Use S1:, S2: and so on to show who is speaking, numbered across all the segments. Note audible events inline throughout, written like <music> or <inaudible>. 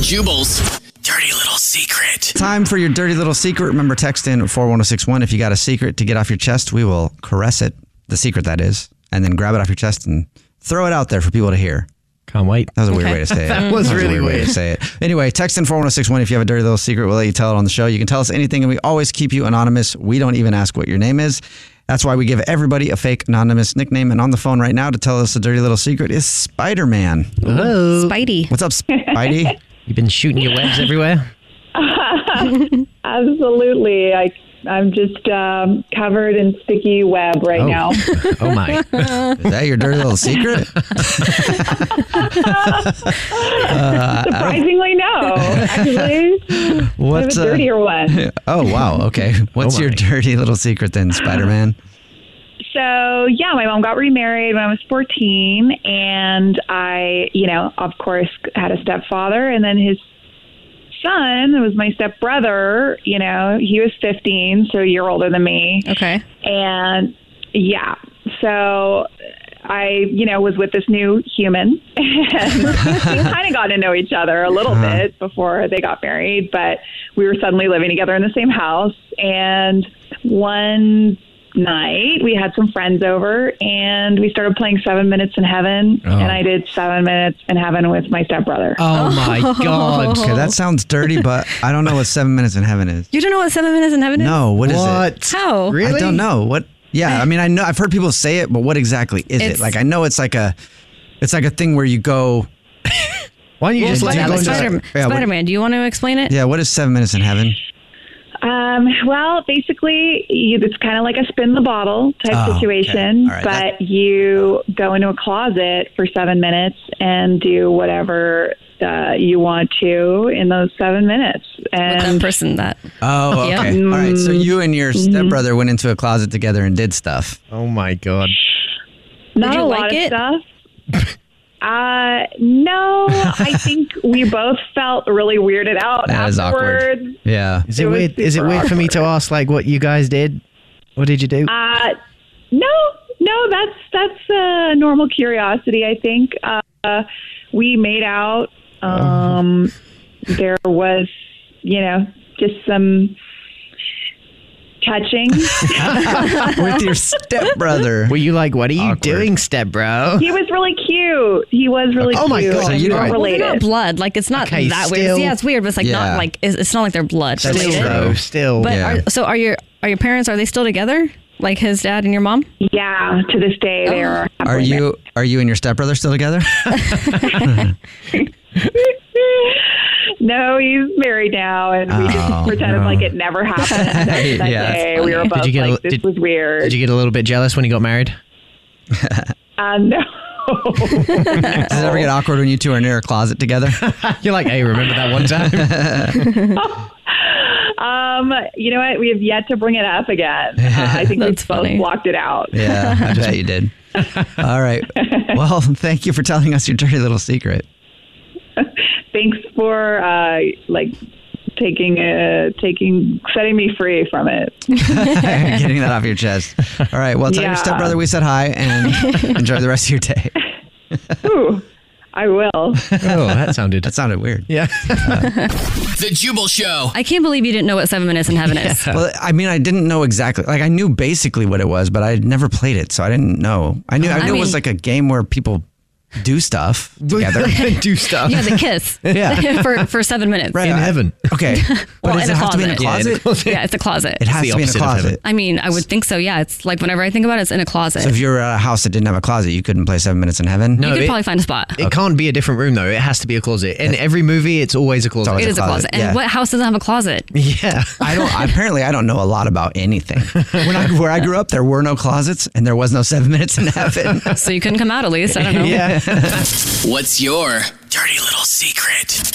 S1: Jubal's dirty little secret.
S2: Time for your dirty little secret. Remember, text in 41061 if you got a secret to get off your chest. We will caress it, the secret that is, and then grab it off your chest and throw it out there for people to hear.
S3: Can't Oh, wait.
S2: That was a weird way to say it.
S3: <laughs> That was
S2: a
S3: really
S2: weird way
S3: weird.
S2: to say it. Anyway, text in 41061 if you have a dirty little secret. We'll let you tell it on the show. You can tell us anything, and we always keep you anonymous. We don't even ask what your name is. That's why we give everybody a fake anonymous nickname. And on the phone right now to tell us a dirty little secret is Spider Man.
S3: Hello.
S4: Spidey.
S2: What's up,
S3: <laughs>
S2: Spidey?
S3: You've been shooting your webs <laughs> everywhere?
S5: Absolutely. I, I'm just um, covered in sticky web right
S3: Oh.
S5: now.
S3: Oh, my.
S2: Is that your dirty little secret?
S5: Surprisingly, no. Actually, I have a
S2: What's uh,
S5: dirtier one.
S2: Oh
S3: <laughs>
S2: wow. Okay. <laughs> What's
S3: Oh,
S2: your
S3: my.
S2: dirty little secret
S3: <laughs>
S2: then, Spider Man?
S5: So, yeah, my mom got remarried when I was 14, and I, you know, of course, had a stepfather, and then his son, who was my stepbrother, you know, he was 15, so a year older than me.
S4: Okay.
S5: and yeah so i you know was with this new human <laughs> and we kind of got to know each other a little bit before they got married but we were suddenly living together in the same house and one night we had some friends over and we started playing seven minutes in heaven and i did seven minutes in heaven with my stepbrother
S3: Oh, <laughs> my God.
S2: Okay, that sounds dirty, but I don't know what seven minutes in heaven is.
S4: You don't know what seven minutes in heaven is?
S2: No, what is it?
S3: What?
S4: How?
S3: Really?
S2: I don't know. What yeah, I mean I know I've heard people say it, but what exactly is it?
S4: It's-
S2: Like I know it's like a it's like a thing where you go
S3: Why don't you just let
S2: Spider-
S3: that
S2: go
S4: Spider-
S2: into-
S4: Spider-
S2: yeah, what-
S4: Spider-Man, do you want to explain it?
S2: Yeah, what is seven minutes in heaven?
S5: Um, well, basically, you, it's kind of like a spin the bottle type
S2: Oh, okay.
S5: situation,
S2: All right,
S5: but
S2: that-
S5: you go into a closet for seven minutes and do whatever uh, you want to in those seven minutes.
S4: With
S5: And
S4: that person that.
S2: Oh,
S4: Yep.
S2: okay. All right. So you and your stepbrother went into a closet together and did stuff.
S3: Oh, my God.
S5: not
S4: Did you
S5: a
S4: like
S5: lot
S4: it?
S5: of stuff. Uh, no, I think we both felt really weirded out
S2: That is awkward.
S5: afterwards.
S2: Yeah.
S3: Is it,
S5: It was
S3: weird? Is it
S5: super
S3: weird for me to
S5: awkward.
S3: ask like what you guys did? What did you do?
S5: Uh, no, no, that's that's uh, normal curiosity. I think uh, we made out. Um,
S3: Uh-huh.
S5: There was, you know, just some
S3: <laughs>
S5: touching.
S2: With your stepbrother.
S3: <laughs> Were you like, what are you
S2: Awkward.
S3: doing, step bro?
S5: he was really cute. He was really
S3: Oh my
S5: cute.
S3: God,
S2: So
S5: and
S2: you
S5: we
S2: don't-
S5: weren't
S2: Well,
S4: Well, they're not
S5: related.
S4: blood. Like it's not
S3: Okay,
S4: that
S3: still-
S4: weird. Yeah, it's weird, but it's like
S2: Yeah.
S4: not like it's, it's not like they're blood
S2: That's
S3: Still,
S4: related.
S2: true.
S3: though, still.
S4: But
S2: Yeah.
S4: are, so are your are your parents? Are they still together? Like his dad and your mom?
S5: Yeah, to this day they are.
S3: Oh,
S2: Are you are you and your stepbrother still together? <laughs>
S5: <laughs> No, he's married now, and we
S2: Oh,
S5: just pretended
S2: no.
S5: like it never
S3: <laughs>
S5: happened.
S2: Yeah,
S5: that
S2: that's
S5: day, we
S4: funny.
S5: were
S3: Did
S5: both
S3: you get a-
S5: like, "This
S3: did-
S5: was weird."
S3: Did you get a little bit jealous when he got married?
S5: uh, no.
S2: Does it ever get awkward when you two are near a closet together?
S3: You're like, hey, Oh. remember that one <laughs> time?
S5: Um, you know what? We have yet to bring it up again. Uh, I think
S4: That's
S5: we've both
S4: funny.
S5: blocked it out.
S2: Yeah, I
S4: <laughs>
S2: bet you <laughs> did. All right. Well, thank you for telling us your dirty little secret. <laughs>
S5: Thanks for uh, like taking uh, taking setting me free from
S6: <laughs>
S5: it.
S2: Getting that off your chest. All right. Well, tell your
S5: Yeah.
S2: stepbrother we said hi
S4: <laughs>
S2: and enjoy the rest of your day.
S5: Ooh, I will.
S3: Oh, that sounded.
S2: That sounded weird.
S3: <laughs> yeah.
S1: The Jubal
S2: Oh.
S1: Show.
S4: I can't believe you didn't know what Seven Minutes in Heaven is.
S2: Well, I mean, I didn't know exactly. Like, I knew basically what it was, but I had never played it, so I didn't know. I knew I,
S4: I
S2: knew it was
S4: mean-
S2: like a game where people do stuff
S3: <laughs>
S2: together.
S3: do stuff.
S4: Yeah, the kiss.
S2: <laughs> Yeah.
S4: <laughs> for for seven minutes.
S2: Right,
S3: In
S2: I-
S3: heaven.
S2: Okay,
S4: <laughs>
S2: but
S4: Well,
S2: does
S4: in
S2: it
S4: a
S2: have to be in a
S4: closet. Yeah,
S2: closet?
S4: Yeah, it's a closet.
S2: It has
S3: the
S2: to be in a
S3: opposite of heaven.
S2: closet.
S4: I mean, I would think so. Yeah, it's like whenever I think about it, it's in a closet.
S2: So if you're at a house that didn't have a closet, you couldn't play Seven Minutes in Heaven.
S4: you
S3: No,
S4: could
S3: it-
S4: probably find a spot.
S3: It can't be a different room though. It has to be a closet. In every movie, it's always a closet.
S2: always
S4: it is a closet. And
S2: yeah.
S4: what house doesn't have a closet?
S3: <laughs> yeah.
S2: I don't. Apparently, I don't know a lot about anything. When I, where I grew up, there were no closets, and there was no Seven Minutes in
S3: <laughs>
S2: Heaven.
S4: So you couldn't come out at least. I don't know.
S3: Yeah.
S1: What's your dirty little secret?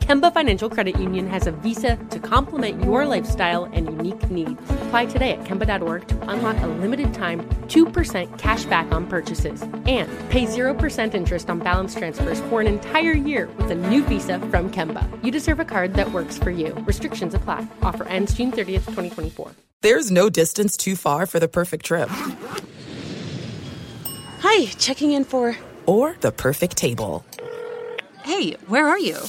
S7: Kemba Financial Credit Union has a visa to complement your lifestyle and unique needs. Apply today at Kemba.org to unlock a limited time 2% cash back on purchases and pay 0% interest on balance transfers for an entire year with a new visa from Kemba. You deserve a card that works for you. Restrictions apply. Offer ends June 30th, 2024.
S6: There's no distance too far for the perfect trip
S8: Hi, checking in for.
S6: or the perfect table.
S8: Hey, where are you?
S6: <laughs>